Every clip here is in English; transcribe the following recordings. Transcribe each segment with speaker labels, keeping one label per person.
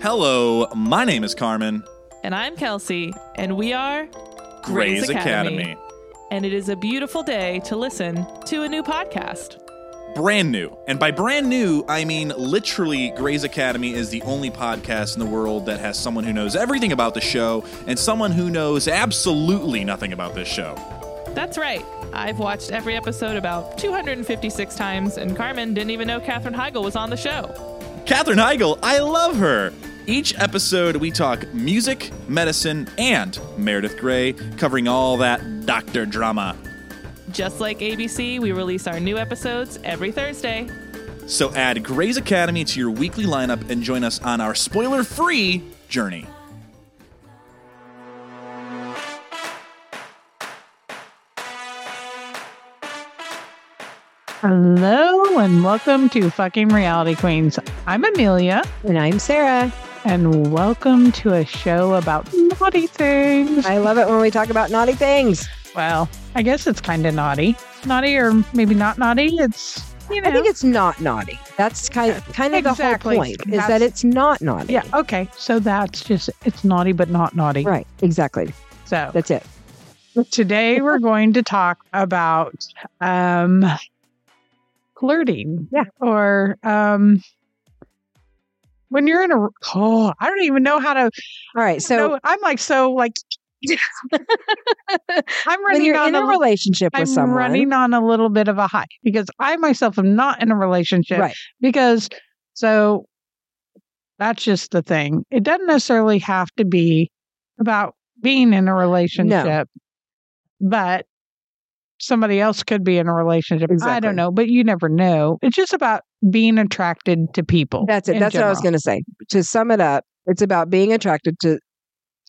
Speaker 1: Hello, my name is Carmen.
Speaker 2: And I'm Kelsey, and we are
Speaker 1: Gray's Academy.
Speaker 2: And it is a beautiful day to listen to a new podcast.
Speaker 1: Brand new. And by brand new, I mean literally Gray's Academy is the only podcast in the world that has someone who knows everything about the show and someone who knows absolutely nothing about this show.
Speaker 2: That's right. I've watched every episode about 256 times, and Carmen didn't even know Katherine Heigl was on the show.
Speaker 1: Katherine Heigl, I love her. Each episode, we talk music, medicine, and Meredith Grey, covering all that doctor drama.
Speaker 2: Just like ABC, we release our new episodes every Thursday.
Speaker 1: So add Grey's Academy to your weekly lineup and join us on our spoiler free journey.
Speaker 3: Hello and welcome to Fucking Reality Queens. I'm Amelia
Speaker 4: And I'm Sarah.
Speaker 3: and welcome to a show about naughty things.
Speaker 4: I love it when we talk about naughty things.
Speaker 3: Well, I guess it's kind of naughty. Naughty or maybe not naughty. It's, you know.
Speaker 4: I think it's not naughty. That's kind of, kind of
Speaker 3: Exactly.
Speaker 4: the whole point is
Speaker 3: That's-
Speaker 4: that it's not naughty.
Speaker 3: yeah, okay. So that's just, it's naughty but not naughty.
Speaker 4: Right. Exactly.
Speaker 3: So
Speaker 4: That's it.
Speaker 3: today we're going to talk about um flirting
Speaker 4: Yeah.
Speaker 3: or um when you're in a oh i don't even know how to
Speaker 4: All right.
Speaker 3: so
Speaker 4: So
Speaker 3: i'm like so like i'm
Speaker 4: when
Speaker 3: running
Speaker 4: you're
Speaker 3: on
Speaker 4: in
Speaker 3: a,
Speaker 4: a
Speaker 3: little-
Speaker 4: relationship
Speaker 3: i'm
Speaker 4: with someone,
Speaker 3: running on a little bit of a high because i myself am not in a relationship
Speaker 4: right?
Speaker 3: because so that's just the thing it doesn't necessarily have to be about being in a relationship but somebody else could be in a relationship i
Speaker 4: Exactly.
Speaker 3: don't know but you never know it's just about being attracted to people
Speaker 4: That's it.
Speaker 3: in
Speaker 4: That's what I was
Speaker 3: general.
Speaker 4: going to say. To sum it up, it's about being attracted to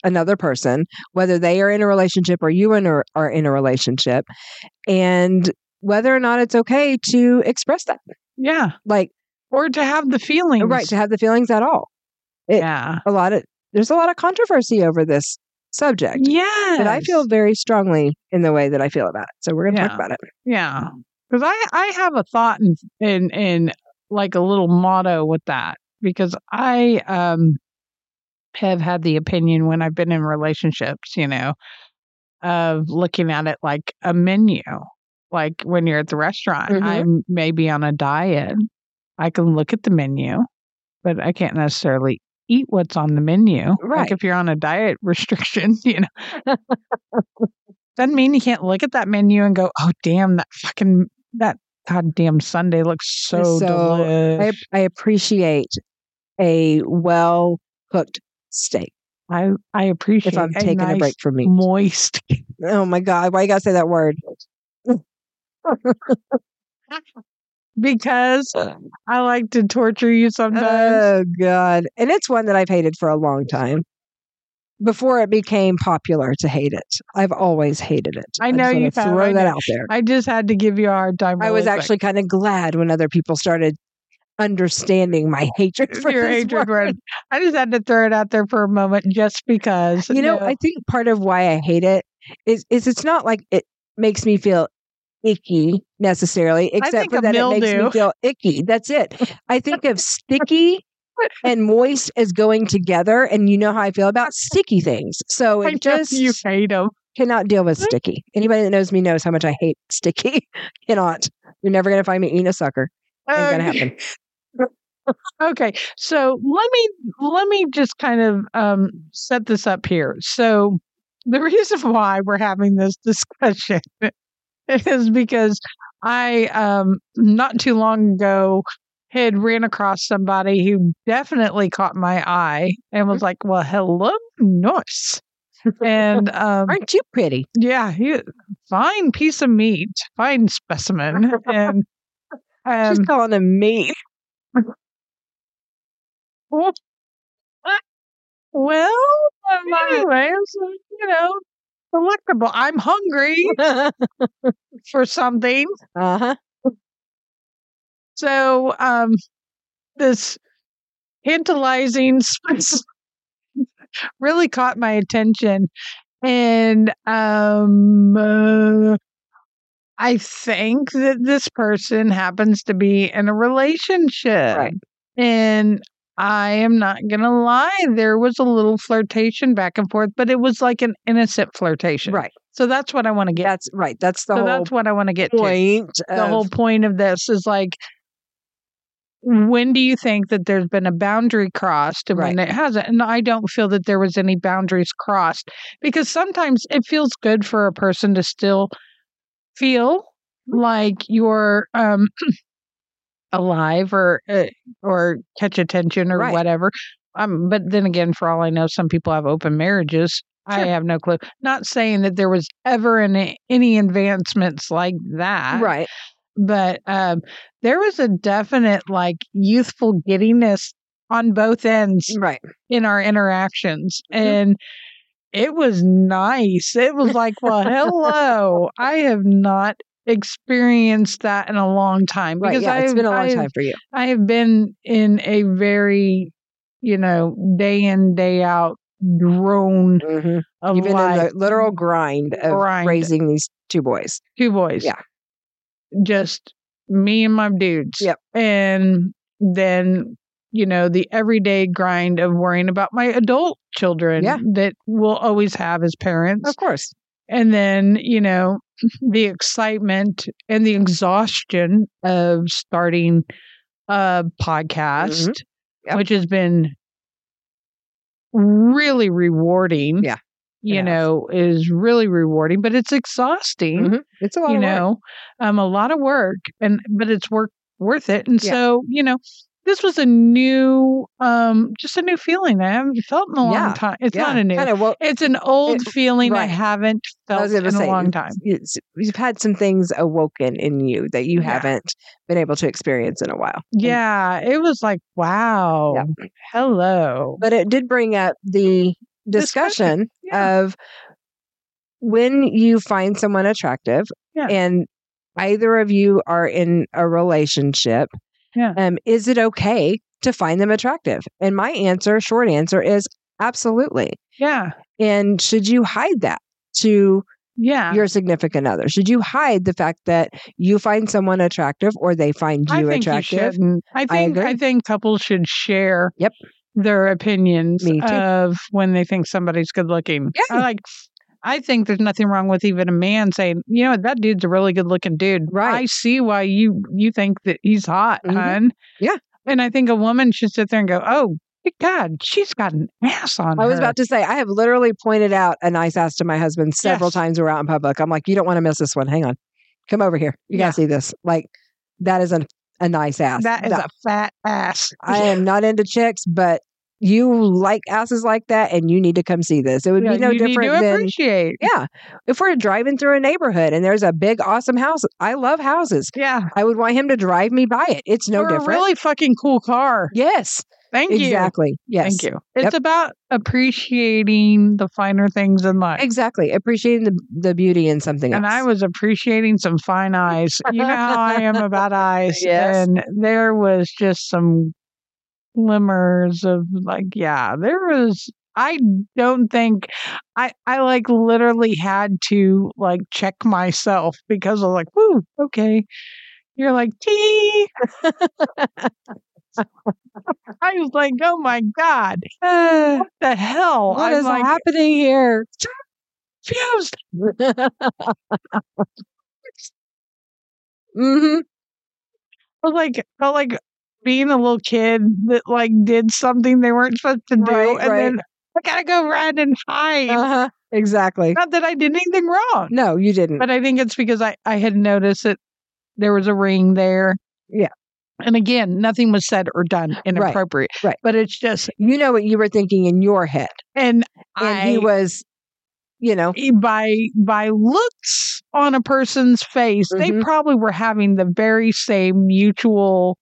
Speaker 4: another person, whether they are in a relationship or you in a, are in a relationship, and whether or not it's okay to express that.
Speaker 3: yeah
Speaker 4: Like,
Speaker 3: or to have the feelings
Speaker 4: right, to have the feelings at all. it-
Speaker 3: yeah
Speaker 4: a lot of there's a lot of controversy over this subject
Speaker 3: yeah
Speaker 4: but i feel very strongly in the way that i feel about it so we're going to
Speaker 3: Yeah.
Speaker 4: talk about it
Speaker 3: Yeah, because I I have a thought and and and like a little motto with that because I um have had the opinion when I've been in relationships, you know, of looking at it like a menu, like when you're at the restaurant.
Speaker 4: Mhm.
Speaker 3: I'm maybe on a diet. I can look at the menu, but I can't necessarily eat what's on the menu.
Speaker 4: Right.
Speaker 3: Like if you're on a diet restriction, you know. Doesn't mean you can't look at that menu and go, oh damn, that fucking that goddamn Sunday looks so,
Speaker 4: So, I,
Speaker 3: delicious.
Speaker 4: I appreciate a well cooked steak
Speaker 3: I, I appreciate
Speaker 4: if i'm
Speaker 3: a
Speaker 4: taking a
Speaker 3: nice,
Speaker 4: break from meat
Speaker 3: moist
Speaker 4: oh my god why you gotta say that word
Speaker 3: because I like to torture you sometimes.
Speaker 4: oh god and it's one that i've hated for a long time before it became popular to hate it i've always hated it
Speaker 3: I
Speaker 4: I'm
Speaker 3: know
Speaker 4: just gonna
Speaker 3: you have,
Speaker 4: throw
Speaker 3: I
Speaker 4: that
Speaker 3: know.
Speaker 4: out there
Speaker 3: I just had to give you a hard time.
Speaker 4: I
Speaker 3: really
Speaker 4: was
Speaker 3: quick.
Speaker 4: actually kind of glad when other people started understanding my hatred for
Speaker 3: your
Speaker 4: this
Speaker 3: hatred
Speaker 4: word.
Speaker 3: word. I just had to throw it out there for a moment just because.
Speaker 4: You know, I think part of why I hate it is is it's not like it makes me feel icky necessarily, except
Speaker 3: think
Speaker 4: for
Speaker 3: of
Speaker 4: that it makes
Speaker 3: mildew.
Speaker 4: me feel icky. That's it. I think of sticky and moist as going together, and you know how I feel about sticky things. So
Speaker 3: I
Speaker 4: it
Speaker 3: know
Speaker 4: just
Speaker 3: you hate him.
Speaker 4: cannot deal with sticky. Anybody that knows me knows how much I hate sticky. cannot. You're never gonna find me eating a sucker. Ain't
Speaker 3: Oh,
Speaker 4: gonna happen.
Speaker 3: okay so let me let me just kind of um set this up here so the reason why we're having this discussion is because i um not too long ago had ran across somebody who definitely caught my eye and was like well hello nice and um
Speaker 4: Aren't you pretty?
Speaker 3: yeah he fine piece of meat fine specimen and um,
Speaker 4: She's calling him me.
Speaker 3: Well, well anyway, so, you know, delectable. I'm hungry
Speaker 4: uh
Speaker 3: for something. Uh-huh.
Speaker 4: huh.
Speaker 3: So, um, this tantalizing spice really caught my attention. And um, uh, I think that this person happens to be in a relationship.
Speaker 4: Right.
Speaker 3: And I am not going to lie. There was a little flirtation back and forth, but it was like an innocent flirtation.
Speaker 4: Right.
Speaker 3: So that's what I want to get.
Speaker 4: That's right. That's the
Speaker 3: so
Speaker 4: whole
Speaker 3: that's what I want to get to.
Speaker 4: point.
Speaker 3: The
Speaker 4: of-
Speaker 3: whole point of this is like, when do you think that there's been a boundary crossed and when it hasn't? And I don't feel that there was any boundaries crossed because sometimes it feels good for a person to still feel
Speaker 4: Mm-hmm.
Speaker 3: like you're um, alive or uh, or catch attention or
Speaker 4: Right.
Speaker 3: whatever. Um, but then again, for all I know, some people have open marriages. I
Speaker 4: Sure.
Speaker 3: have no clue. Not saying that there was ever any, any advancements like that
Speaker 4: right.
Speaker 3: but um, there was a definite like youthful giddiness on both ends
Speaker 4: Right.
Speaker 3: in our interactions
Speaker 4: Mhm.
Speaker 3: and it was nice it was like well hello i have not experienced that in a long time
Speaker 4: Right. Yeah. it's
Speaker 3: I've-
Speaker 4: been a long
Speaker 3: I've-
Speaker 4: time for you.
Speaker 3: I have been in a very you know day in day out drone
Speaker 4: hmm
Speaker 3: of
Speaker 4: You've been in
Speaker 3: life
Speaker 4: the literal grind of
Speaker 3: Grind.
Speaker 4: raising these two boys.
Speaker 3: two boys.
Speaker 4: Yeah.
Speaker 3: Just me and my dudes.
Speaker 4: Yep.
Speaker 3: And then, you know, the everyday grind of worrying about my adult children
Speaker 4: Yeah.
Speaker 3: that we'll always have as parents.
Speaker 4: Of course.
Speaker 3: And then, you know, the excitement and the exhaustion of starting a podcast,
Speaker 4: Mm-hmm. Yep.
Speaker 3: which has been really rewarding.
Speaker 4: Yeah,
Speaker 3: You
Speaker 4: has.
Speaker 3: know, is really rewarding, but it's exhausting
Speaker 4: Mhm. It's a lot
Speaker 3: you
Speaker 4: of work.
Speaker 3: know um a lot of work and but it's work worth it and
Speaker 4: Yeah.
Speaker 3: so you know this was a new um just a new feeling i haven't felt in a long
Speaker 4: Yeah.
Speaker 3: time it's
Speaker 4: yeah.
Speaker 3: not a new
Speaker 4: Kind of, well,
Speaker 3: it's an old
Speaker 4: It-
Speaker 3: feeling i
Speaker 4: right.
Speaker 3: haven't
Speaker 4: I
Speaker 3: felt
Speaker 4: was
Speaker 3: in
Speaker 4: gonna
Speaker 3: a
Speaker 4: say,
Speaker 3: long time
Speaker 4: it's- it's- you've had some things awoken in you that you
Speaker 3: Yeah.
Speaker 4: haven't been able to experience in a while. And-
Speaker 3: yeah it was like wow hello
Speaker 4: but it did bring up the
Speaker 3: Discussion,
Speaker 4: discussion
Speaker 3: yeah.
Speaker 4: of when you find someone attractive
Speaker 3: Yeah.
Speaker 4: and either of you are in a relationship
Speaker 3: Yeah.
Speaker 4: um, is it okay to find them attractive and my answer short answer is absolutely
Speaker 3: yeah
Speaker 4: and should you hide that to
Speaker 3: yeah
Speaker 4: your significant other should you hide the fact that you find someone attractive or they find
Speaker 3: I
Speaker 4: you
Speaker 3: think You
Speaker 4: attractive
Speaker 3: shouldn't. I think I,
Speaker 4: agree.
Speaker 3: think couples should share
Speaker 4: Yep.
Speaker 3: their opinions
Speaker 4: Me too.
Speaker 3: of when they think somebody's good looking.
Speaker 4: Yeah.
Speaker 3: I like I think there's nothing wrong with even a man saying, you know what, that dude's a really good looking dude.
Speaker 4: Right.
Speaker 3: I see why you you think that he's hot,
Speaker 4: Mhm.
Speaker 3: hon.
Speaker 4: Yeah.
Speaker 3: And I think a woman should sit there and go, Oh good God, she's got an ass on
Speaker 4: I was
Speaker 3: her."
Speaker 4: about to say, I have literally pointed out a nice ass to my husband several
Speaker 3: Yes.
Speaker 4: times we're out in public. I'm like, you don't want to miss this one. Hang on. Come over here. You
Speaker 3: Yeah.
Speaker 4: gotta see this. Like, that is a, a nice ass.
Speaker 3: that is
Speaker 4: That-
Speaker 3: a fat ass.
Speaker 4: I am not into chicks, but you like asses like that and you need to come see this. It would
Speaker 3: Yeah,
Speaker 4: be no
Speaker 3: you
Speaker 4: different
Speaker 3: need to
Speaker 4: than
Speaker 3: appreciate.
Speaker 4: yeah. If we're driving through a neighborhood and there's a big awesome house, I love houses.
Speaker 3: Yeah.
Speaker 4: I would want him to drive me by it. It's no
Speaker 3: Or a
Speaker 4: different.
Speaker 3: really fucking cool car.
Speaker 4: yes.
Speaker 3: Thank you.
Speaker 4: exactly. Yes.
Speaker 3: Thank you. It's about appreciating the finer things in life.
Speaker 4: Exactly. Appreciating the the beauty in something
Speaker 3: And
Speaker 4: else.
Speaker 3: I was appreciating some fine eyes. You know how I am about eyes.
Speaker 4: Yes.
Speaker 3: And there was just some glimmers of like, yeah, there was I don't think I I like literally had to like check myself because I was like, woo, okay. You're like, tee. I was like, oh my God.
Speaker 4: Ah.
Speaker 3: What the hell?
Speaker 4: What
Speaker 3: I'm
Speaker 4: is
Speaker 3: like,
Speaker 4: happening here?
Speaker 3: confused.
Speaker 4: hmm
Speaker 3: felt like felt like being a little kid that like did something they weren't supposed to do,
Speaker 4: Right,
Speaker 3: and
Speaker 4: right.
Speaker 3: then I gotta go run and hide.
Speaker 4: Uh-huh. Exactly.
Speaker 3: Not that I did anything wrong,
Speaker 4: No, you didn't.
Speaker 3: but I think it's because I I had noticed that there was a ring there.
Speaker 4: Yeah.
Speaker 3: And again, nothing was said or done inappropriate.
Speaker 4: right.
Speaker 3: But it's just,
Speaker 4: You know what you were thinking in your head,
Speaker 3: and,
Speaker 4: and
Speaker 3: I
Speaker 4: he was, you know,
Speaker 3: by by looks on a person's face, they
Speaker 4: Mhm.
Speaker 3: probably were having the very same mutual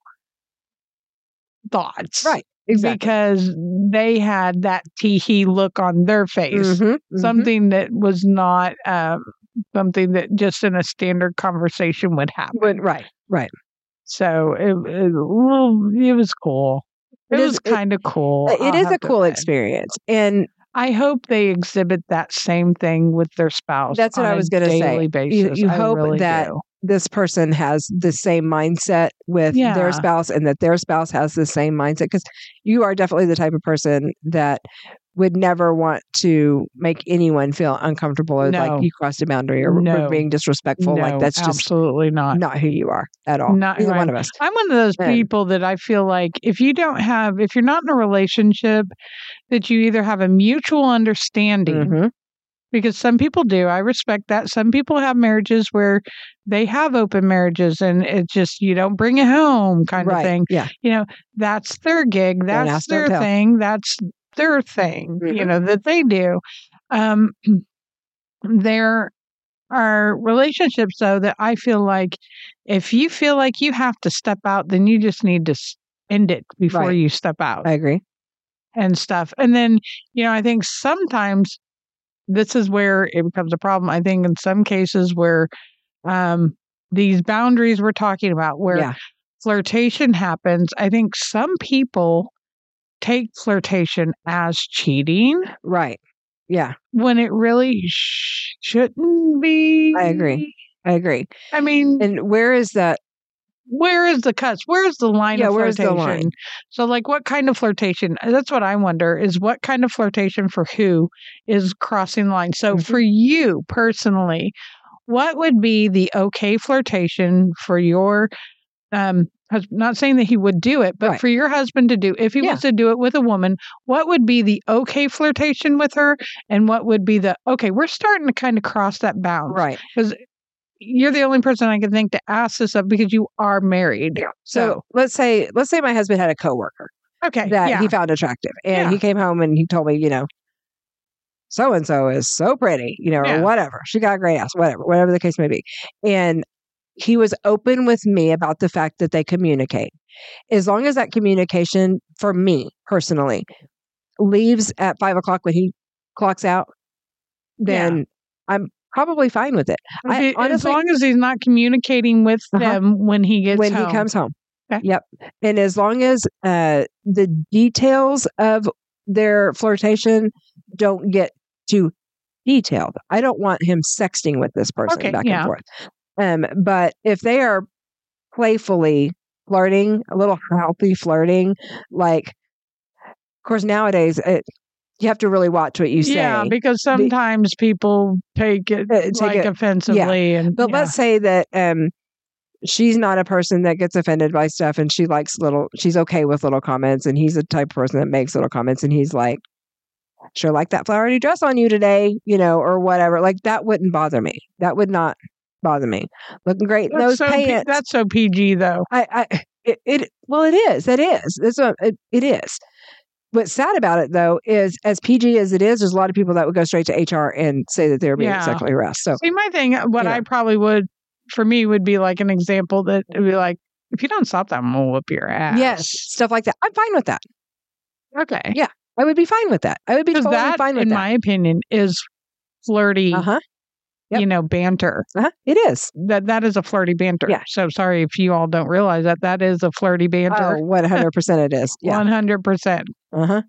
Speaker 3: thoughts,
Speaker 4: Right. exactly.
Speaker 3: because they had that teehee look on their face.
Speaker 4: Mhm, mhm.
Speaker 3: Something that was not um, something that just in a standard conversation would happen.
Speaker 4: But- right.
Speaker 3: So it, it, well, it was cool. It,
Speaker 4: It is-
Speaker 3: was
Speaker 4: it-
Speaker 3: kind of cool.
Speaker 4: It
Speaker 3: I'll
Speaker 4: is a
Speaker 3: have to
Speaker 4: cool
Speaker 3: admit.
Speaker 4: experience, and
Speaker 3: I hope they exhibit that same thing with their spouse.
Speaker 4: That's what
Speaker 3: on
Speaker 4: I
Speaker 3: a
Speaker 4: was gonna say.
Speaker 3: daily
Speaker 4: You-
Speaker 3: Basis.
Speaker 4: you
Speaker 3: I
Speaker 4: hope
Speaker 3: really
Speaker 4: that
Speaker 3: do.
Speaker 4: this person has the same mindset with
Speaker 3: Yeah.
Speaker 4: their spouse and that their spouse has the same mindset because you are definitely the type of person that would never want to make anyone feel uncomfortable or
Speaker 3: No.
Speaker 4: like you crossed a boundary or were
Speaker 3: No.
Speaker 4: being disrespectful like
Speaker 3: No,
Speaker 4: that's just
Speaker 3: absolutely not.
Speaker 4: not who you are at all
Speaker 3: Not who
Speaker 4: neither
Speaker 3: I
Speaker 4: one of us
Speaker 3: I'm one of those
Speaker 4: Right.
Speaker 3: people that I feel like if you don't have, if you're not in a relationship, that you either have a mutual understanding,
Speaker 4: Mhm.
Speaker 3: because some people do. I respect that. Some people have marriages where they have open marriages and it's just, you don't bring it home kind
Speaker 4: right
Speaker 3: of thing.
Speaker 4: yeah
Speaker 3: That's their gig. That's
Speaker 4: ask, don't
Speaker 3: their
Speaker 4: tell.
Speaker 3: thing. That's their thing, you
Speaker 4: Mhm.
Speaker 3: know, that they do. Um, there are relationships, though, that I feel like if you feel like you have to step out, then you just need to s- end it before
Speaker 4: Right.
Speaker 3: you step out
Speaker 4: i agree
Speaker 3: and stuff. And then, you know, I think sometimes this is where it becomes a problem. I think in some cases where um, these boundaries we're talking about, where
Speaker 4: yeah
Speaker 3: flirtation happens, I think some people take flirtation as cheating
Speaker 4: right yeah
Speaker 3: when it really sh- shouldn't be.
Speaker 4: I agree. i agree
Speaker 3: I mean,
Speaker 4: and where is that
Speaker 3: where is the cuts? Where is the line
Speaker 4: Yeah,
Speaker 3: of
Speaker 4: where's the
Speaker 3: flirtation?
Speaker 4: line?
Speaker 3: So, like, what kind of flirtation? Uh, That's what I wonder is what kind of flirtation for who is crossing the line? So,
Speaker 4: Mhm.
Speaker 3: for you personally, what would be the okay flirtation for your um hus- not saying that he would do it but
Speaker 4: Right.
Speaker 3: for your husband to do if he
Speaker 4: Yeah.
Speaker 3: was to do it with a woman what would be the okay flirtation with her and what would be the okay we're starting to kind of cross that bound
Speaker 4: right
Speaker 3: you're the only person i can think to ask this of because you are married
Speaker 4: so let's say let's say my husband had a coworker
Speaker 3: okay
Speaker 4: that
Speaker 3: yeah
Speaker 4: he found attractive. And
Speaker 3: Yeah.
Speaker 4: he came home and he told me, you know, so and so is so pretty, you know,
Speaker 3: Yeah.
Speaker 4: or whatever. She got a great ass, whatever, whatever the case may be. And he was open with me about the fact that they communicate. As long as that communication for me personally leaves at five o'clock when he clocks out,
Speaker 3: Yeah.
Speaker 4: then I'm probably fine with it. I
Speaker 3: If he-
Speaker 4: honestly-
Speaker 3: as long as he's not communicating with
Speaker 4: Uh-huh.
Speaker 3: them when he gets
Speaker 4: when
Speaker 3: home.
Speaker 4: he comes home.
Speaker 3: Okay.
Speaker 4: Yep. And as long as uh, the details of their flirtation don't get too detailed, I don't want him sexting with this person
Speaker 3: Okay,
Speaker 4: back
Speaker 3: yeah.
Speaker 4: and forth. Um, but if they are playfully flirting, a little healthy flirting, like, of course, nowadays it, you have to really watch what you say.
Speaker 3: yeah because sometimes people take it
Speaker 4: Uh, take
Speaker 3: like
Speaker 4: it- yeah.
Speaker 3: offensively and
Speaker 4: But
Speaker 3: yeah.
Speaker 4: let's say that um, she's not a person that gets offended by stuff, and she likes little. She's okay with little comments, and he's the type of person that makes little comments, and he's like, "Sure, like that flowery dress on you today," you know, or whatever. Like that wouldn't bother me. That would not bother me. Looking great in
Speaker 3: that's,
Speaker 4: those
Speaker 3: so P-
Speaker 4: pants.
Speaker 3: that's so PG though.
Speaker 4: I, I, it, it, well, it is. It is. That's what it, it is. What's sad about it though is, as PG as it is, there's a lot of people that would go straight to HR and say that they're being
Speaker 3: Yeah.
Speaker 4: sexually harassed. So
Speaker 3: See, my thing, uh, what
Speaker 4: Yeah.
Speaker 3: I probably would, for me, would be like an example that would be like, if you don't stop that, I'm gonna whoop your ass.
Speaker 4: yes, stuff like that. I'm fine with that.
Speaker 3: Okay.
Speaker 4: Yeah, I would be fine with that. I would be
Speaker 3: Because
Speaker 4: totally
Speaker 3: that,
Speaker 4: fine with
Speaker 3: in
Speaker 4: that.
Speaker 3: my opinion, is flirty.
Speaker 4: Uh huh. yep.
Speaker 3: You know, banter.
Speaker 4: Uh-huh. It is.
Speaker 3: That that is a flirty banter.
Speaker 4: Yeah.
Speaker 3: So sorry if you all don't realize that that is a flirty
Speaker 4: Oh,
Speaker 3: banter.
Speaker 4: 100% it is. Yeah.
Speaker 3: One hundred percent.
Speaker 4: Uh huh.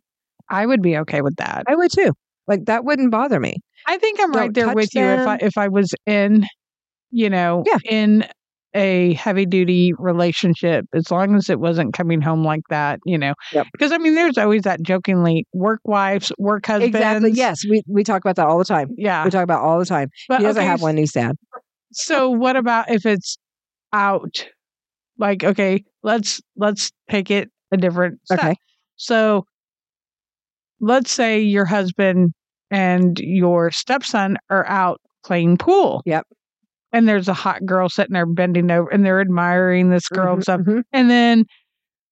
Speaker 3: I would be okay with that.
Speaker 4: I would too. Like that wouldn't bother me.
Speaker 3: I think I'm right
Speaker 4: Don't
Speaker 3: there
Speaker 4: touch
Speaker 3: with you. If I
Speaker 4: them.
Speaker 3: if I was in, you know,
Speaker 4: Yeah.
Speaker 3: in a heavy duty relationship, as long as it wasn't coming home like that, you know,
Speaker 4: Yep.
Speaker 3: because I mean, there's always that jokingly work wives, work husbands.
Speaker 4: Exactly. Yes. We we talk about that all the time.
Speaker 3: Yeah.
Speaker 4: We talk about it all the time.
Speaker 3: But
Speaker 4: He doesn't
Speaker 3: okay,
Speaker 4: have one. He's sad.
Speaker 3: So what about if it's out? Like, okay, let's let's take it a different step.
Speaker 4: Okay.
Speaker 3: So let's say your husband and your stepson are out playing pool.
Speaker 4: Yep.
Speaker 3: And there's a hot girl sitting there bending over and they're admiring this girl and
Speaker 4: Mhm,
Speaker 3: stuff.
Speaker 4: mhm.
Speaker 3: And then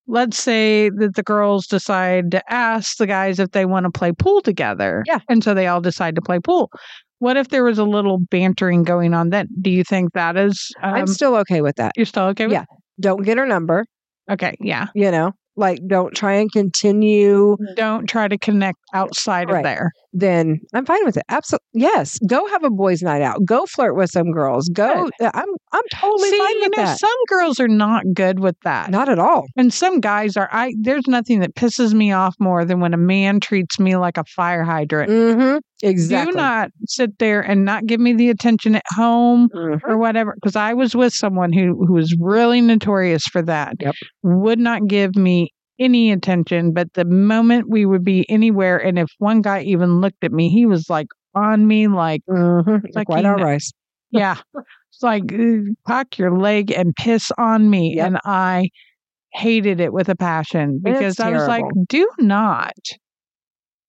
Speaker 3: let's say that the girls decide to ask the guys if they want to play pool together.
Speaker 4: Yeah.
Speaker 3: And so they all decide to play pool. What if there was a little bantering going on then? Do you think that is um,
Speaker 4: I'm still okay with that.
Speaker 3: you're still okay with
Speaker 4: yeah. Don't get her number.
Speaker 3: Okay, yeah.
Speaker 4: You know, like don't try and continue.
Speaker 3: Don't try to connect outside of
Speaker 4: Right.
Speaker 3: there.
Speaker 4: then I'm fine with it. Absolutely. Yes. Go have a boys' night out. Go flirt with some girls. Go. uh, I'm I'm totally
Speaker 3: See,
Speaker 4: fine
Speaker 3: you
Speaker 4: with
Speaker 3: know,
Speaker 4: that.
Speaker 3: some girls are not good with that.
Speaker 4: Not at all.
Speaker 3: And some guys are. I there's nothing that pisses me off more than when a man treats me like a fire hydrant.
Speaker 4: Mm-hmm. Exactly.
Speaker 3: Do not sit there and not give me the attention at home
Speaker 4: Mhm.
Speaker 3: or whatever. Because I was with someone who who was really notorious for that.
Speaker 4: Yep.
Speaker 3: Would not give me any attention, but the moment we would be anywhere, and if one guy even looked at me, he was like on me, like
Speaker 4: Mhm.
Speaker 3: Like
Speaker 4: Like white
Speaker 3: you
Speaker 4: on
Speaker 3: kn-
Speaker 4: rice.
Speaker 3: yeah. It's like uh, cock your leg and piss on me.
Speaker 4: Yep.
Speaker 3: And I hated it with a passion
Speaker 4: It's
Speaker 3: because I was like,
Speaker 4: terrible.
Speaker 3: do not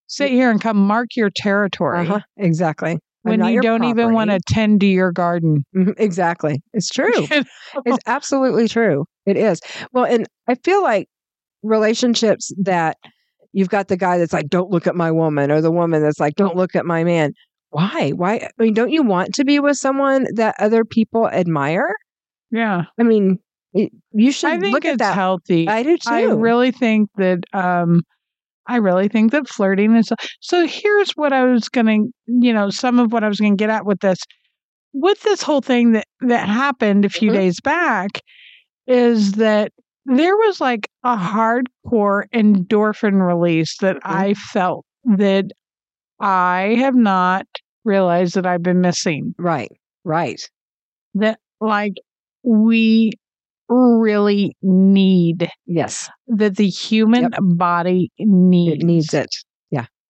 Speaker 3: sit here and come mark your territory
Speaker 4: Uh-huh. Exactly. I'm
Speaker 3: when
Speaker 4: not
Speaker 3: you
Speaker 4: your
Speaker 3: don't even want to
Speaker 4: property.
Speaker 3: tend to your garden.
Speaker 4: Mhm. Exactly. It's true. It's absolutely true. It is. Well, and I feel like relationships that you've got the guy that's like, don't look at my woman, or the woman that's like, don't look at my man. Why? Why? I mean, don't you want to be with someone that other people admire?
Speaker 3: yeah.
Speaker 4: I mean, it, you
Speaker 3: I
Speaker 4: should
Speaker 3: think
Speaker 4: look
Speaker 3: it's
Speaker 4: at that.
Speaker 3: healthy.
Speaker 4: I do too.
Speaker 3: I really think that um I really think that flirting is so here's what I was gonna you know, some of what I was gonna get at with this. With this whole thing that that happened a few
Speaker 4: Mhm.
Speaker 3: days back is that there was like a hardcore endorphin release that I felt that I have not realized that I've been missing
Speaker 4: right. Right.
Speaker 3: that like we really need
Speaker 4: Yes.
Speaker 3: that the human
Speaker 4: Yep.
Speaker 3: body needs.
Speaker 4: It needs it.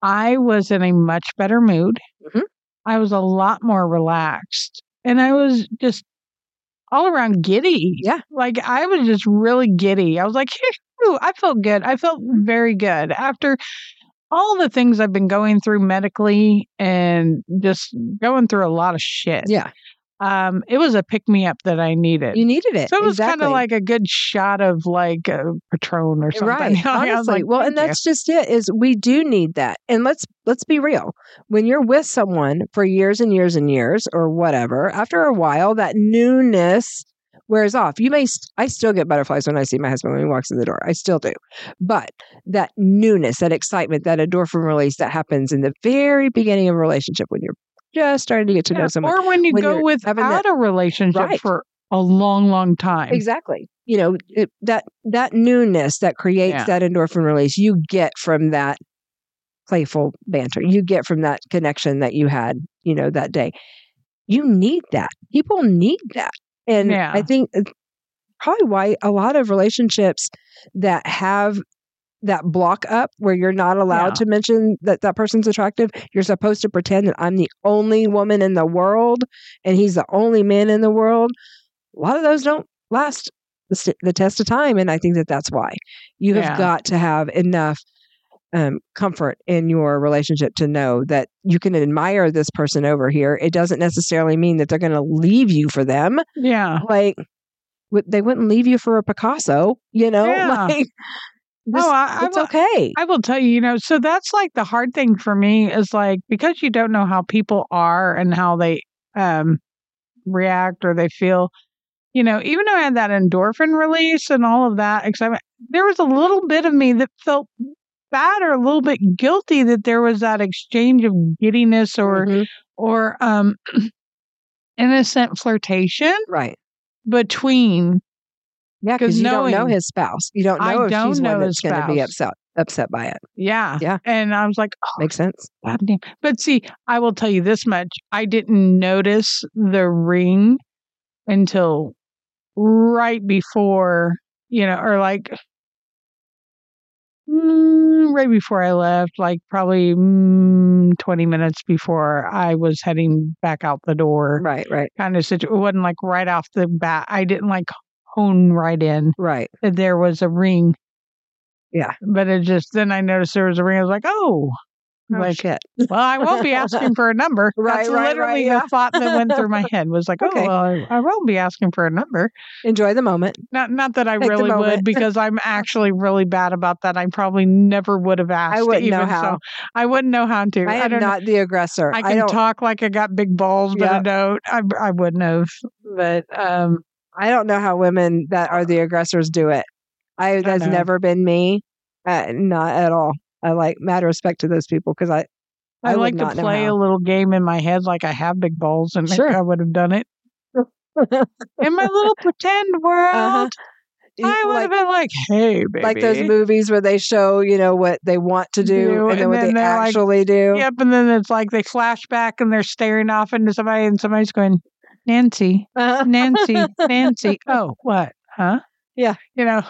Speaker 3: I was in a much better mood.
Speaker 4: Mhm.
Speaker 3: I was a lot more relaxed and I was just all around giddy.
Speaker 4: Yeah.
Speaker 3: Like I was just really giddy. I was like, "Phew, I felt good. I felt
Speaker 4: Mm-hmm.
Speaker 3: very good after all the things I've been going through medically and just going through a lot of shit.
Speaker 4: Yeah.
Speaker 3: Um, it was a pick me up that I needed.
Speaker 4: You needed it.
Speaker 3: So it was kind
Speaker 4: Exactly.
Speaker 3: of like a good shot of like a Patron or something.
Speaker 4: Right.
Speaker 3: Like, I was
Speaker 4: Honestly.
Speaker 3: like,
Speaker 4: well, and
Speaker 3: "Thank you."
Speaker 4: that's just it is we do need that. And let's let's be real. When you're with someone for years and years and years or whatever, after a while that newness wears off. You may st- I still get butterflies when I see my husband when he walks in the door. I still do. But that newness, that excitement, that endorphin release that happens in the very beginning of a relationship when you're just starting to get to
Speaker 3: Yeah,
Speaker 4: know someone.
Speaker 3: Or when you
Speaker 4: when
Speaker 3: go
Speaker 4: you're having
Speaker 3: without
Speaker 4: that-
Speaker 3: a relationship
Speaker 4: Right.
Speaker 3: for a long, long time.
Speaker 4: Exactly. You know it, that that newness that creates
Speaker 3: Yeah.
Speaker 4: that endorphin release you get from that playful banter. You get from that connection that you had, you know, that day. You need that. People need that. And
Speaker 3: Yeah.
Speaker 4: I think it's probably why a lot of relationships that have that block up where you're not allowed
Speaker 3: Yeah.
Speaker 4: to mention that that person's attractive. You're supposed to pretend that I'm the only woman in the world and he's the only man in the world. A lot of those don't last the, st- the test of time. And I think that that's why you have
Speaker 3: Yeah.
Speaker 4: got to have enough um, comfort in your relationship to know that you can admire this person over here. It doesn't necessarily mean that they're going to leave you for them.
Speaker 3: Yeah.
Speaker 4: Like, would- they wouldn't leave you for a Picasso, you know?
Speaker 3: Yeah.
Speaker 4: Like, this,
Speaker 3: oh, I, I,
Speaker 4: it's
Speaker 3: will,
Speaker 4: okay.
Speaker 3: I will tell you, you know, so that's like the hard thing for me is like because you don't know how people are and how they um, react or they feel. You know, even though I had that endorphin release and all of that excitement, there was a little bit of me that felt bad or a little bit guilty that there was that exchange of giddiness or
Speaker 4: Mhm.
Speaker 3: or um, innocent flirtation
Speaker 4: right.
Speaker 3: between.
Speaker 4: Yeah,
Speaker 3: 'cause
Speaker 4: because you don't
Speaker 3: knowing-
Speaker 4: know his spouse. You don't
Speaker 3: I
Speaker 4: know if
Speaker 3: don't
Speaker 4: she's
Speaker 3: know
Speaker 4: one
Speaker 3: his
Speaker 4: that's going to be
Speaker 3: spouse.
Speaker 4: upset upset by it.
Speaker 3: Yeah.
Speaker 4: Yeah.
Speaker 3: And I was like, oh,
Speaker 4: Makes sense.
Speaker 3: goddamn. But see, I will tell you this much. I didn't notice the ring until right before, you know, or like mm, right before I left, like probably mm, 20 minutes before I was heading back out the door
Speaker 4: Right, right,
Speaker 3: kind of situation. It wasn't like right off the bat. I didn't like hone right in.
Speaker 4: right.
Speaker 3: that there was a ring.
Speaker 4: Yeah.
Speaker 3: But it just then I noticed there was a ring. I was like, oh,
Speaker 4: Oh,
Speaker 3: like,
Speaker 4: shit.
Speaker 3: well, I won't be asking for a number.
Speaker 4: Right,
Speaker 3: That's
Speaker 4: right, right,
Speaker 3: literally the
Speaker 4: yeah.
Speaker 3: thought that went through my head was like, oh,
Speaker 4: Okay.
Speaker 3: well, I, I won't be asking for a number.
Speaker 4: Enjoy the moment.
Speaker 3: Not not that I
Speaker 4: Take the
Speaker 3: really would
Speaker 4: moment.
Speaker 3: because I'm actually really bad about that. I probably never would have asked.
Speaker 4: I wouldn't know
Speaker 3: even
Speaker 4: how.
Speaker 3: So. I wouldn't know how to.
Speaker 4: I am
Speaker 3: don't know.
Speaker 4: not the aggressor.
Speaker 3: I
Speaker 4: I,
Speaker 3: can
Speaker 4: don't.
Speaker 3: talk like I got big balls, but I
Speaker 4: Yep.
Speaker 3: don't. I, I wouldn't have. But um,
Speaker 4: I don't know how women that are the aggressors do it. I that's
Speaker 3: know.
Speaker 4: never been me. Uh, not at all. I like mad respect to those people because I
Speaker 3: I,
Speaker 4: would
Speaker 3: like to
Speaker 4: not know
Speaker 3: play a
Speaker 4: how.
Speaker 3: little game in my head like I have big balls, and maybe
Speaker 4: Sure.
Speaker 3: I would have done it. in my little pretend world,
Speaker 4: Uh-huh. You-
Speaker 3: I would
Speaker 4: like,
Speaker 3: have been like, "Hey, baby!"
Speaker 4: like those movies where they show, you know, what they want to do
Speaker 3: Do,
Speaker 4: and then
Speaker 3: and
Speaker 4: what
Speaker 3: then
Speaker 4: they
Speaker 3: they're like,
Speaker 4: actually do.
Speaker 3: Yep, and then it's like they flash back and they're staring off into somebody, and somebody's going, "Nancy,
Speaker 4: Uh-huh.
Speaker 3: Nancy, Nancy." Oh, what? Huh?
Speaker 4: Yeah.
Speaker 3: you know,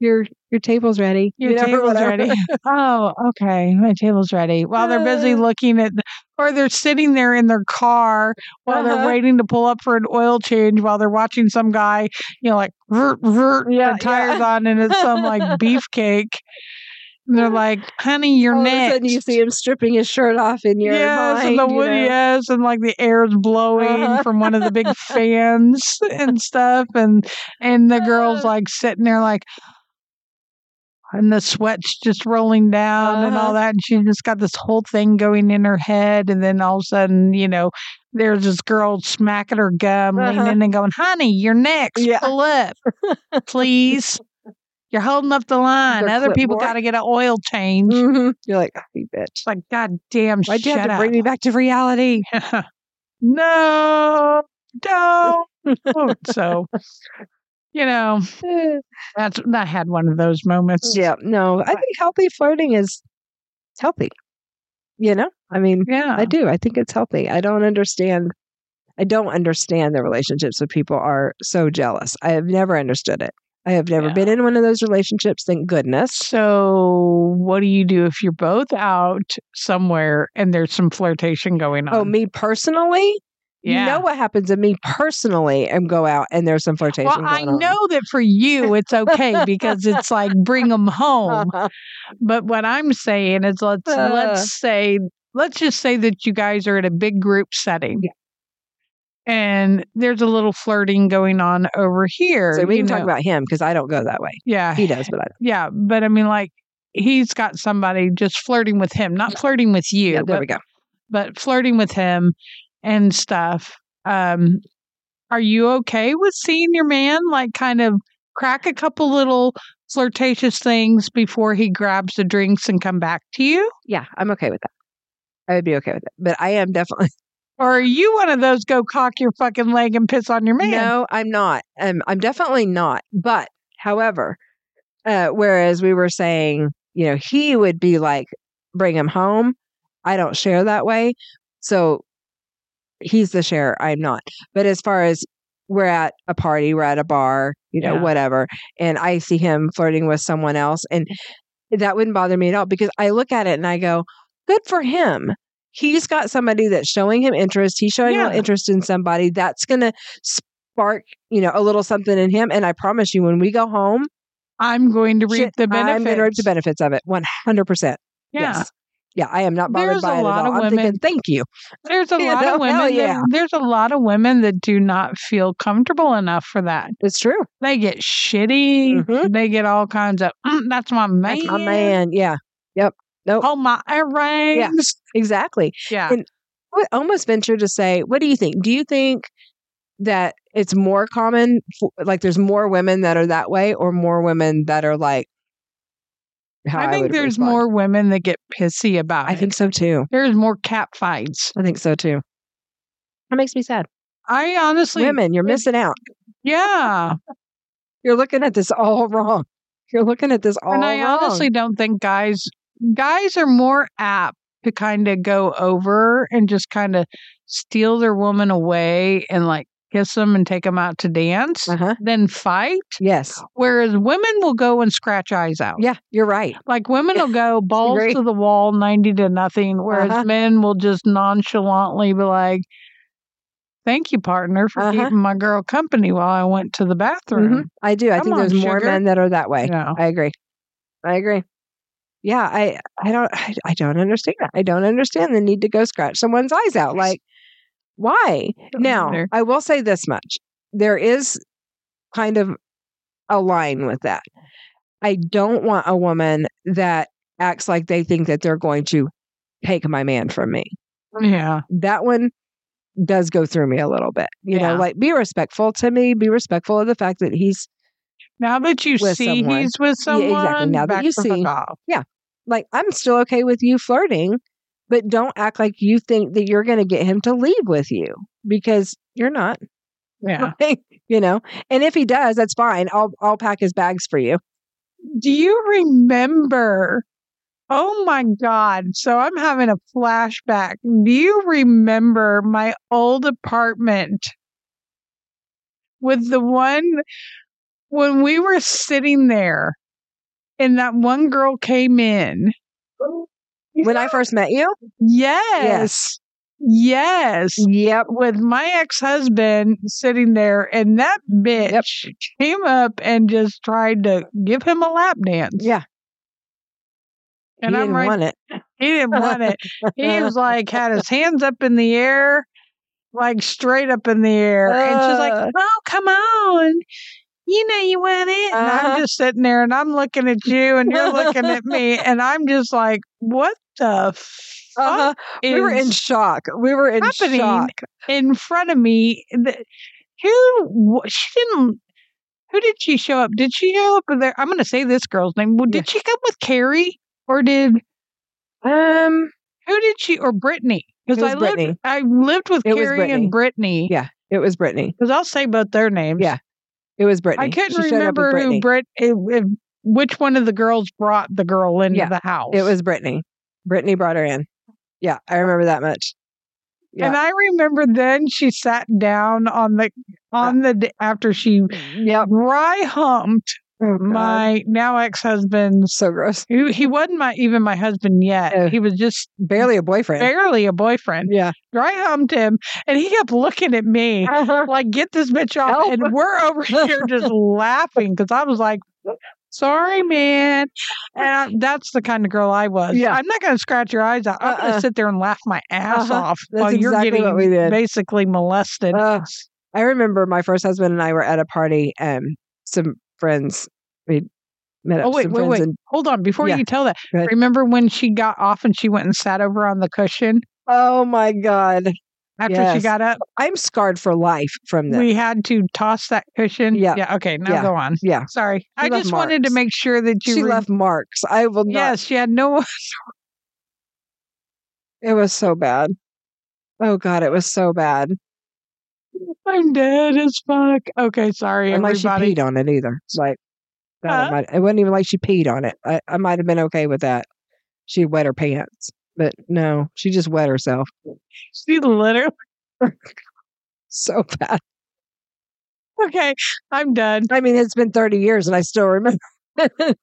Speaker 4: Your your table's ready.
Speaker 3: Your
Speaker 4: you know, or
Speaker 3: table's
Speaker 4: whatever.
Speaker 3: ready. Oh, okay. My table's ready. While they're busy
Speaker 4: Uh.
Speaker 3: looking at, or they're sitting there in their car while
Speaker 4: Uh-huh.
Speaker 3: they're waiting to pull up for an oil change while they're watching some guy, you know, like, vert, vert,
Speaker 4: Yeah,
Speaker 3: the tires
Speaker 4: yeah.
Speaker 3: on and it's some like beefcake. And they're like, honey, you're
Speaker 4: All of a
Speaker 3: next.
Speaker 4: sudden you see him stripping his shirt off in your
Speaker 3: yes,
Speaker 4: mind.
Speaker 3: and the
Speaker 4: you
Speaker 3: wood,
Speaker 4: know.
Speaker 3: yes, and like the air's blowing
Speaker 4: Uh-huh.
Speaker 3: from one of the big fans and stuff, and and the girl's
Speaker 4: Uh.
Speaker 3: like sitting there like, and the sweat's just rolling down and all
Speaker 4: Uh-huh.
Speaker 3: that, and she just got this whole thing going in her head, and then all of a sudden, you know, there's this girl smacking her gum,
Speaker 4: Uh-huh.
Speaker 3: leaning and going, "Honey, you're next.
Speaker 4: Yeah.
Speaker 3: Pull up, please." You're holding up the line.
Speaker 4: Their
Speaker 3: Other people
Speaker 4: clipboard.
Speaker 3: got to get an oil change.
Speaker 4: Mhm. You're like, oh, you bitch.
Speaker 3: It's like, God damn,
Speaker 4: Why'd you
Speaker 3: shut
Speaker 4: have to
Speaker 3: up.
Speaker 4: bring me back to reality?
Speaker 3: no, don't. Oh, so, you know, that's I had one of those moments.
Speaker 4: yeah, no. I think healthy flirting is it's healthy. You know? I mean,
Speaker 3: yeah.
Speaker 4: I do. I think it's healthy. I don't understand. I don't understand the relationships where people are so jealous. I have never understood it. I have never
Speaker 3: Yeah.
Speaker 4: been in one of those relationships. Thank goodness.
Speaker 3: So, what do you do if you're both out somewhere and there's some flirtation going on?
Speaker 4: Oh, me personally,
Speaker 3: yeah.
Speaker 4: you know what happens to me personally, and go out and there's some flirtation.
Speaker 3: well, I
Speaker 4: going on.
Speaker 3: know that for you it's okay because it's like bring them home. But what I'm saying is let's
Speaker 4: Uh.
Speaker 3: let's say let's just say that you guys are in a big group setting.
Speaker 4: Yeah.
Speaker 3: And there's a little flirting going on over here.
Speaker 4: so we
Speaker 3: you
Speaker 4: can talk
Speaker 3: know.
Speaker 4: about him because I don't go that way.
Speaker 3: yeah,
Speaker 4: He does, but I
Speaker 3: yeah. But I mean, like he's got somebody just flirting with him, not flirting with you,
Speaker 4: yeah, there
Speaker 3: but,
Speaker 4: we go.
Speaker 3: but flirting with him and stuff. Um, are you okay with seeing your man like kind of crack a couple little flirtatious things before he grabs the drinks and come back to you?
Speaker 4: Yeah, I'm okay with that. I would be okay with it, but I am definitely
Speaker 3: Or are you one of those go cock your fucking leg and piss on your man?
Speaker 4: No, I'm not. Um, I'm definitely not. But however, uh, whereas we were saying, you know, he would be like, bring him home. I don't share that way. So he's the sharer. I'm not. But as far as we're at a party, we're at a bar, you know,
Speaker 3: Yeah.
Speaker 4: whatever, and I see him flirting with someone else, and that wouldn't bother me at all because I look at it and I go, good for him. He's got somebody that's showing him interest. He's showing a little
Speaker 3: Yeah.
Speaker 4: interest in somebody. That's going to spark, you know, a little something in him. And I promise you, when we go home,
Speaker 3: I'm going to reap
Speaker 4: shit,
Speaker 3: the benefits.
Speaker 4: I'm going to reap the benefits of it 100%.
Speaker 3: Yeah.
Speaker 4: Yes. Yeah, I am not bothered
Speaker 3: There's
Speaker 4: by
Speaker 3: a
Speaker 4: it
Speaker 3: lot
Speaker 4: at all.
Speaker 3: of
Speaker 4: I'm thinking,
Speaker 3: women-
Speaker 4: thank you.
Speaker 3: There's a
Speaker 4: You
Speaker 3: lot
Speaker 4: know,
Speaker 3: of women.
Speaker 4: hell
Speaker 3: that-
Speaker 4: yeah.
Speaker 3: there's a lot of women that do not feel comfortable enough for that.
Speaker 4: It's true.
Speaker 3: They get shitty.
Speaker 4: Mhm.
Speaker 3: They get all kinds of. Mm, that's my man.
Speaker 4: That's my man. Yeah,
Speaker 3: Oh my earrings.
Speaker 4: exactly.
Speaker 3: Yeah.
Speaker 4: And- I would almost venture to say, what do you think? Do you think that it's more common, f- like there's more women that are that way or more women that are like, how I,
Speaker 3: I think
Speaker 4: would
Speaker 3: there's
Speaker 4: respond?
Speaker 3: more women that get pissy about.
Speaker 4: I
Speaker 3: it.
Speaker 4: think so too.
Speaker 3: there's more cat fights.
Speaker 4: I think so too. That makes me sad.
Speaker 3: I honestly,
Speaker 4: Women, you're
Speaker 3: women-
Speaker 4: missing out.
Speaker 3: yeah.
Speaker 4: You're looking at this all wrong. You're looking at this all
Speaker 3: and I
Speaker 4: wrong.
Speaker 3: honestly don't think guys guys are more apt to kind of go over and just kind of steal their woman away and like kiss them and take them out to dance
Speaker 4: uh-huh.
Speaker 3: then fight
Speaker 4: Yes.
Speaker 3: whereas women will go and scratch eyes out
Speaker 4: Yeah, you're right.
Speaker 3: like women will go balls
Speaker 4: Agree.
Speaker 3: to the wall 90 to nothing whereas
Speaker 4: Uh-huh.
Speaker 3: men will just nonchalantly be like thank you partner for
Speaker 4: Uh-huh.
Speaker 3: keeping my girl company while i went to the bathroom
Speaker 4: Mhm. I do. I
Speaker 3: Come
Speaker 4: think there's
Speaker 3: on,
Speaker 4: more
Speaker 3: sugar.
Speaker 4: men that are that way.
Speaker 3: you know
Speaker 4: I agree. I agree. Yeah, I I don't I, I don't understand. I don't understand the need to go scratch someone's eyes out. Like why?
Speaker 3: Don't
Speaker 4: Now,
Speaker 3: either.
Speaker 4: I will say this much. There is kind of a line with that. I don't want a woman that acts like they think that they're going to take my man from me.
Speaker 3: yeah
Speaker 4: That one does go through me a little bit. You
Speaker 3: Yeah.
Speaker 4: know, like be respectful to me, be respectful of the fact that he's
Speaker 3: Now that you
Speaker 4: with
Speaker 3: see
Speaker 4: someone.
Speaker 3: he's with
Speaker 4: Yeah,
Speaker 3: someone,
Speaker 4: exactly. Now that
Speaker 3: back
Speaker 4: you
Speaker 3: the fuck
Speaker 4: see.
Speaker 3: off.
Speaker 4: like I'm still okay with you flirting, But don't act like you think that you're going to get him to leave with you because you're not.
Speaker 3: Yeah.
Speaker 4: you know, and if he does, that's fine. I'll I'll pack his bags for you.
Speaker 3: Do you remember? Oh my God. So I'm having a flashback. Do you remember my old apartment with the one when we were sitting there and that one girl came in?
Speaker 4: When I first met you,
Speaker 3: Yes. Yes.
Speaker 4: yep,
Speaker 3: With my ex husband sitting there, and that bitch came up and just tried to give him a lap dance.
Speaker 4: yeah,
Speaker 3: and
Speaker 4: he
Speaker 3: I'm
Speaker 4: didn't
Speaker 3: right
Speaker 4: want it.
Speaker 3: He didn't want it. He was like, had his hands up in the air, like straight up in the air. and she's
Speaker 4: Ugh.
Speaker 3: like, oh, come on. You know, you want it. And
Speaker 4: Uh-huh.
Speaker 3: I'm just sitting there and I'm looking at you and you're looking at me. And I'm just like, what the fuck
Speaker 4: Uh-huh. We were in
Speaker 3: is
Speaker 4: shock. We were in
Speaker 3: happening?
Speaker 4: shock.
Speaker 3: in front of me? Th- Who, wa- she didn't. Who did she show up? Did she show up with there? I'm going to say this girl's name. Well,
Speaker 4: Yeah.
Speaker 3: did she come with Carrie or did
Speaker 4: Um,
Speaker 3: who did she or Brittany? Because
Speaker 4: It was
Speaker 3: I
Speaker 4: Brittany.
Speaker 3: lived, I lived with
Speaker 4: It was
Speaker 3: Carrie and Brittany.
Speaker 4: Yeah. it was Brittany.
Speaker 3: because I'll say both their names.
Speaker 4: Yeah, It was Brittany.
Speaker 3: I couldn't
Speaker 4: She showed up
Speaker 3: remember
Speaker 4: with
Speaker 3: who
Speaker 4: Brittany.
Speaker 3: Brit, if, if, which one of the girls brought the girl into
Speaker 4: Yeah,
Speaker 3: the house.
Speaker 4: It was Brittany. Brittany brought her in. Yeah, I remember that much.
Speaker 3: and I remember then she sat down on the
Speaker 4: Uh
Speaker 3: on the d- after she
Speaker 4: Yep.
Speaker 3: dry humped
Speaker 4: Oh, God.
Speaker 3: my now ex husband's.
Speaker 4: so gross.
Speaker 3: Who he wasn't my even my husband yet.
Speaker 4: Oh.
Speaker 3: He was just
Speaker 4: Barely a boyfriend.
Speaker 3: barely a boyfriend.
Speaker 4: yeah.
Speaker 3: Dry humped him, and he kept looking at me. like get this bitch off
Speaker 4: Help.
Speaker 3: and we're over here just laughing because i was like sorry man and I, that's the kind of girl i was
Speaker 4: Yeah.
Speaker 3: i'm not going to scratch your eyes out i'm going
Speaker 4: Uh-uh.
Speaker 3: to sit there and laugh my ass
Speaker 4: Uh-huh.
Speaker 3: off
Speaker 4: That's
Speaker 3: while you're
Speaker 4: exactly
Speaker 3: getting
Speaker 4: what we did. Uh,
Speaker 3: basically molested
Speaker 4: Ugh. I remember my first husband and I were at a party. Um, some friends we met up.
Speaker 3: Oh, wait,
Speaker 4: some
Speaker 3: wait,
Speaker 4: friends
Speaker 3: wait.
Speaker 4: And,
Speaker 3: hold on before
Speaker 4: Yeah.
Speaker 3: you tell that
Speaker 4: Go ahead.
Speaker 3: remember when she got off and she went and sat over on the cushion
Speaker 4: oh my god,
Speaker 3: after she
Speaker 4: Yes.
Speaker 3: got up
Speaker 4: I'm scarred for life from that.
Speaker 3: we had to toss that cushion
Speaker 4: Yeah.
Speaker 3: yeah okay now
Speaker 4: Yeah.
Speaker 3: go on
Speaker 4: Yeah.
Speaker 3: sorry i
Speaker 4: left
Speaker 3: just wanted to
Speaker 4: marks.
Speaker 3: make sure that you
Speaker 4: she
Speaker 3: re-
Speaker 4: left marks. I will not.
Speaker 3: yes she had no
Speaker 4: It was so bad. Oh god, it was so bad.
Speaker 3: I'm dead as fuck. Okay, sorry,
Speaker 4: And like she
Speaker 3: everybody.
Speaker 4: peed on it either. It's Like that
Speaker 3: Huh?
Speaker 4: might, it wasn't even like she peed on it. I, I might have been okay with that. She wet her pants, but no, she just wet herself
Speaker 3: She literally.
Speaker 4: so bad.
Speaker 3: Okay, I'm done.
Speaker 4: I mean, it's been 30 years and I still remember.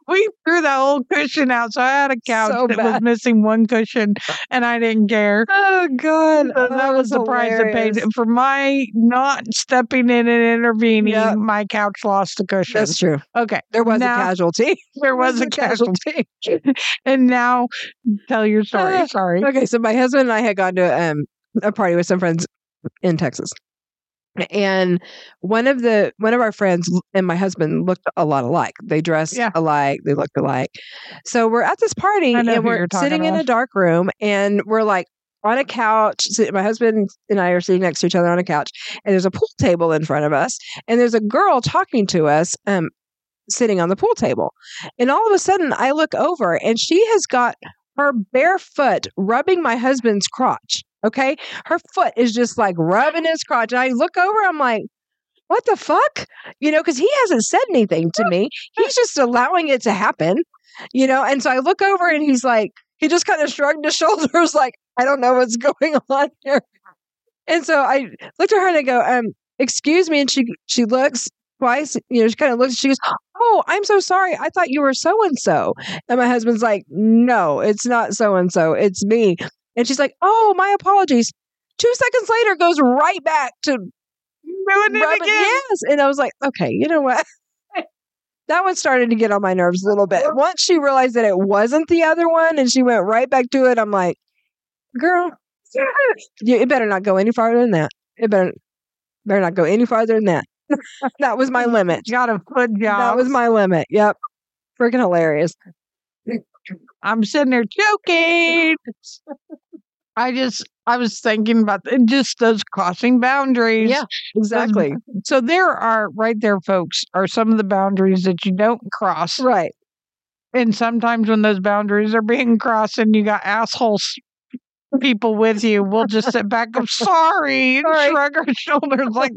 Speaker 3: We threw that whole cushion out, so I had a couch
Speaker 4: So
Speaker 3: that was
Speaker 4: bad.
Speaker 3: missing one cushion, and I didn't care.
Speaker 4: Oh god,
Speaker 3: So that was the price I paid
Speaker 4: hilarious.
Speaker 3: for my not stepping in and intervening.
Speaker 4: Yep.
Speaker 3: My couch lost a cushion.
Speaker 4: That's true.
Speaker 3: okay,
Speaker 4: There was
Speaker 3: Now-
Speaker 4: a casualty.
Speaker 3: there was a casualty, and now tell your story.
Speaker 4: Uh,
Speaker 3: Sorry.
Speaker 4: Okay, so my husband and I had gone to um, a party with some friends in Texas, and one of the one of our friends l- and my husband looked a lot alike. They dressed
Speaker 3: Yeah.
Speaker 4: alike. They looked alike. So we're at this party
Speaker 3: I know
Speaker 4: and
Speaker 3: who
Speaker 4: we're
Speaker 3: you're talking
Speaker 4: sitting in a
Speaker 3: about.
Speaker 4: dark room, and we're like on a couch. sit- My husband and I are sitting next to each other on a couch, and there's a pool table in front of us, and there's a girl talking to us. Um, sitting on the pool table. And all of a sudden I look over and she has got her bare foot rubbing my husband's crotch. Okay. Her foot is just like rubbing his crotch. And I look over, I'm like, what the fuck? You know, because he hasn't said anything to me. He's just allowing it to happen, you know? And so I look over and he's like, he just kind of shrugged his shoulders, like, I don't know what's going on here. And so I looked at her and I go, um, excuse me. And she she looks twice, you know, she kind of looks, she goes, Oh, I'm so sorry. I thought you were so and so. And my husband's like, No, it's not so and so. It's me. And she's like, Oh, my apologies. Two seconds later goes right back to
Speaker 3: Ruined it
Speaker 4: rubbing-
Speaker 3: again.
Speaker 4: Yes. And I was like, okay, you know what? that one started to get on my nerves a little bit. Once she realized that it wasn't the other one and she went right back to it, I'm like, girl, you, it better not go any farther than that. It better, better not go any farther than that. that was my limit.
Speaker 3: Got a foot job.
Speaker 4: That was my limit. Yep. Freaking hilarious.
Speaker 3: I'm sitting there joking. I just I was thinking about th- just those crossing boundaries.
Speaker 4: Yeah. Exactly.
Speaker 3: So there are right there, folks, are some of the boundaries that you don't cross.
Speaker 4: Right.
Speaker 3: And sometimes when those boundaries are being crossed and you got assholes people with you, we'll just sit back. I'm sorry, and
Speaker 4: Sorry.
Speaker 3: shrug our shoulders like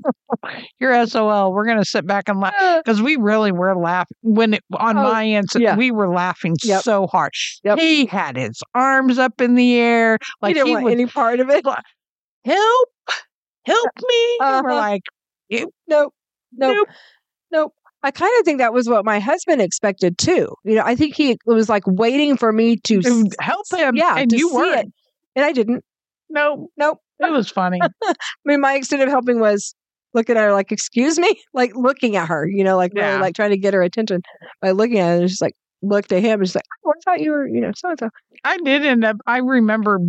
Speaker 3: you're SOL. We're gonna sit back and laugh because we really were laughing when it, on
Speaker 4: Oh,
Speaker 3: my end.
Speaker 4: yeah.
Speaker 3: We were laughing
Speaker 4: Yep.
Speaker 3: so hard.
Speaker 4: Yep.
Speaker 3: He had his arms up in the air,
Speaker 4: he
Speaker 3: like he,
Speaker 4: didn't want
Speaker 3: was
Speaker 4: any part of it.
Speaker 3: help, help me. And we're
Speaker 4: Uh-huh.
Speaker 3: like,
Speaker 4: Nope. Nope.
Speaker 3: nope.
Speaker 4: I kind of think that was what my husband expected too. You know, I think he was like waiting for me to, s-
Speaker 3: dude, help him.
Speaker 4: yeah,
Speaker 3: and
Speaker 4: to
Speaker 3: you
Speaker 4: see
Speaker 3: weren't.
Speaker 4: it. and I didn't.
Speaker 3: Nope,
Speaker 4: Nope.
Speaker 3: it was funny.
Speaker 4: I mean, my extent of helping was looking at her like, "Excuse me," like looking at her, you know, like
Speaker 3: Yeah.
Speaker 4: really like trying to get her attention by looking at her. And she's like, looked at him and she's like, "Oh, I thought you were, you know, so and so."
Speaker 3: I did end up. I remember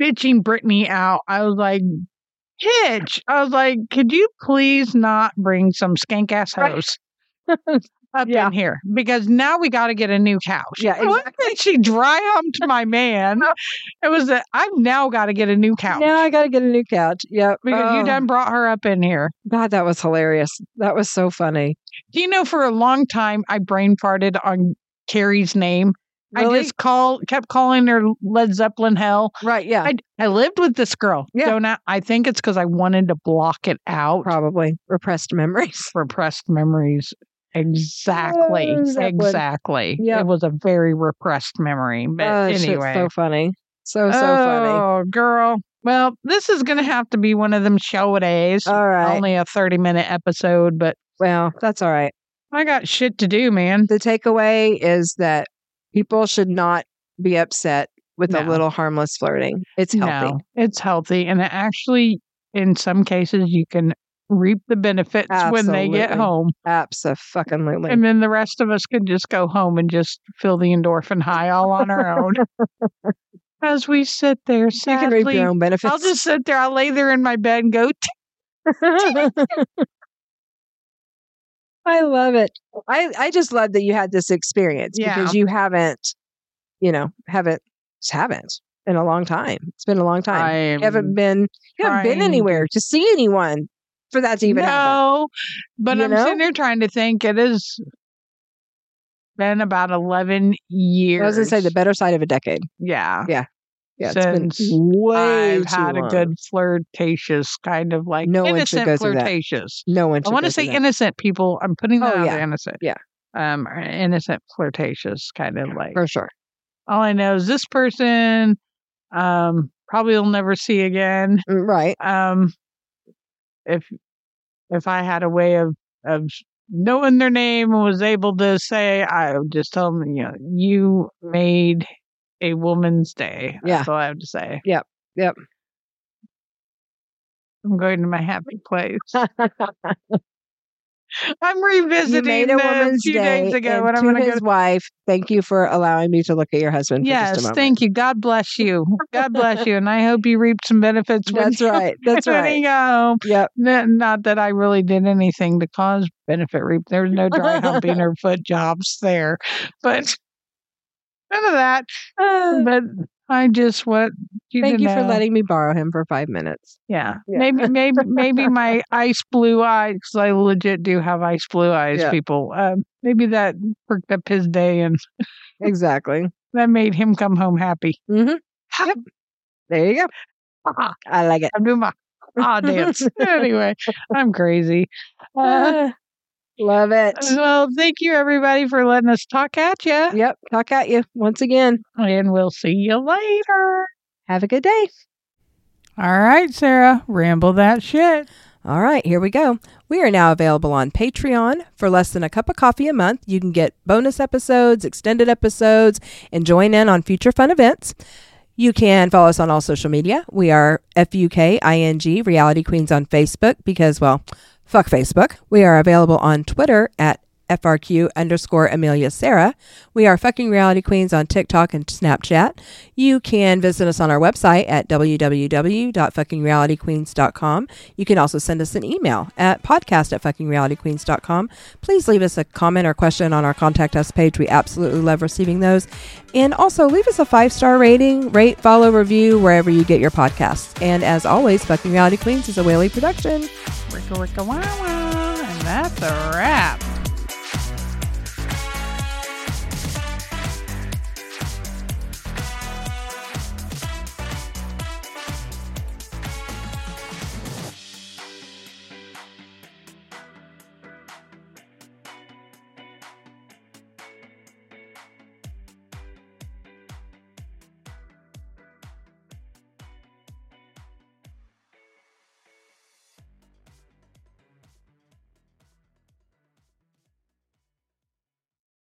Speaker 3: bitching Brittany out. I was like, "Hitch," I was like, "Could you please not bring some skank ass
Speaker 4: Right.
Speaker 3: hose up
Speaker 4: Yeah.
Speaker 3: in here because now we got to get a new couch."
Speaker 4: Yeah,
Speaker 3: It wasn't that she dry humped my man. It was that I've now got to get a new couch
Speaker 4: Now I got to get a new couch. Yep.
Speaker 3: because
Speaker 4: Oh,
Speaker 3: you done brought her up in here.
Speaker 4: God, that was hilarious. That was so funny.
Speaker 3: Do you know for a long time I brain farted on Carrie's name.
Speaker 4: Really?
Speaker 3: I just call kept calling her Led Zeppelin hell.
Speaker 4: right. Yeah.
Speaker 3: I, I lived with this girl.
Speaker 4: Yeah.
Speaker 3: Don't I, I think it's because I wanted to block it out.
Speaker 4: Probably repressed memories.
Speaker 3: Repressed memories. Exactly.
Speaker 4: Oh, that one.
Speaker 3: exactly.
Speaker 4: Yep.
Speaker 3: It was a very repressed memory. But
Speaker 4: oh, shit's
Speaker 3: anyway.
Speaker 4: so funny. So so funny.
Speaker 3: oh, girl. Well, this is going to have to be one of them show days.
Speaker 4: All right.
Speaker 3: Only a 30 minute episode, but
Speaker 4: well, that's all right.
Speaker 3: I got shit to do, man.
Speaker 4: The takeaway is that people should not be upset with a
Speaker 3: No.
Speaker 4: little harmless flirting. It's healthy.
Speaker 3: No, it's healthy. And it actually, in some cases, you can reap the benefits when they get
Speaker 4: Absolutely.
Speaker 3: home.
Speaker 4: Absolutely.
Speaker 3: And then the rest of us could just go home and just feel the endorphin high all on our own. As we sit there
Speaker 4: You can reap
Speaker 3: sadly,
Speaker 4: your own benefits.
Speaker 3: I'll just sit there. I'll lay there in my bed and go. "Tch."
Speaker 4: I love it. I, I just love that you had this experience
Speaker 3: Yeah.
Speaker 4: because you haven't, you know, haven't just haven't in a long time. It's been a long time. you haven't
Speaker 3: I'm-
Speaker 4: been you haven't
Speaker 3: trying
Speaker 4: been
Speaker 3: to-
Speaker 4: anywhere to see anyone for that to even happen.
Speaker 3: no, but
Speaker 4: You
Speaker 3: I'm
Speaker 4: know?
Speaker 3: sitting there trying to think. It has been about eleven years.
Speaker 4: I was gonna say the better side of a decade.
Speaker 3: yeah.
Speaker 4: Yeah, it's
Speaker 3: Since
Speaker 4: been way
Speaker 3: I've
Speaker 4: too
Speaker 3: had
Speaker 4: long.
Speaker 3: a good flirtatious kind of like
Speaker 4: No one should
Speaker 3: innocent
Speaker 4: go through that.
Speaker 3: flirtatious.
Speaker 4: No one.
Speaker 3: I want to say innocent people. I'm putting that
Speaker 4: Oh,
Speaker 3: out
Speaker 4: yeah.
Speaker 3: there, innocent.
Speaker 4: Yeah.
Speaker 3: Um, or innocent flirtatious kind of like.
Speaker 4: for sure.
Speaker 3: All I know is this person, um, probably will never see again.
Speaker 4: Mm, Right.
Speaker 3: Um, if if I had a way of of knowing their name and was able to say, I would just tell them, you know, you made a woman's day.
Speaker 4: Yeah.
Speaker 3: That's all I have to say.
Speaker 4: Yep, yep.
Speaker 3: I'm going to my happy place. I'm revisiting
Speaker 4: you made a
Speaker 3: them a
Speaker 4: woman's
Speaker 3: few
Speaker 4: day
Speaker 3: days ago,
Speaker 4: and
Speaker 3: and I'm
Speaker 4: to
Speaker 3: going to go
Speaker 4: his wife. Thank you for allowing me to look at your husband. for just a
Speaker 3: Yes,
Speaker 4: moment.
Speaker 3: thank you. God bless you. God bless you. And I hope you reap some benefits. when
Speaker 4: That's
Speaker 3: you-
Speaker 4: right. That's
Speaker 3: when
Speaker 4: right.
Speaker 3: you go home.
Speaker 4: Yep.
Speaker 3: N- Not that I really did anything to cause benefit reap. There's no dry humping or foot jobs there, but none of that.
Speaker 4: Uh,
Speaker 3: Ah, But I just want you
Speaker 4: Thank
Speaker 3: to
Speaker 4: you for
Speaker 3: know-
Speaker 4: letting me borrow him for five minutes.
Speaker 3: Yeah.
Speaker 4: Yeah.
Speaker 3: Maybe, maybe, maybe my ice blue eyes, because I legit do have ice blue eyes,
Speaker 4: Yeah.
Speaker 3: people. Um, maybe that perked up his day and
Speaker 4: Exactly.
Speaker 3: that made him come home happy.
Speaker 4: hmm There you go. I like it.
Speaker 3: I'm doing my ah dance. anyway, I'm crazy. Uh,
Speaker 4: Ah, Love it.
Speaker 3: well, thank you everybody for letting us talk at you,
Speaker 4: Yep. Talk at you once again.
Speaker 3: and we'll see you later.
Speaker 4: Have a good day.
Speaker 3: All right, Sarah, ramble that shit.
Speaker 4: All right, here we go. We are now available on Patreon. For less than a cup of coffee a month, you can get bonus episodes, extended episodes, and join in on future fun events. You can follow us on all social media. We are FUKING Reality Queens on Facebook because, well, fuck Facebook. We are available on Twitter at FRQ underscore Amelia Sarah. We are fucking reality queens on TikTok and Snapchat. You can visit us on our website at www.fuckingrealityqueens.com. You can also send us an email at podcast at fuckingrealityqueens.com. Please leave us a comment or question on our contact us page. We absolutely love receiving those. And also leave us a five star rating, rate, follow, review wherever you get your podcasts. And as always, Fucking Reality Queens is a Whaley production.
Speaker 3: Ricka, ricka, wah, wah. And that's a wrap.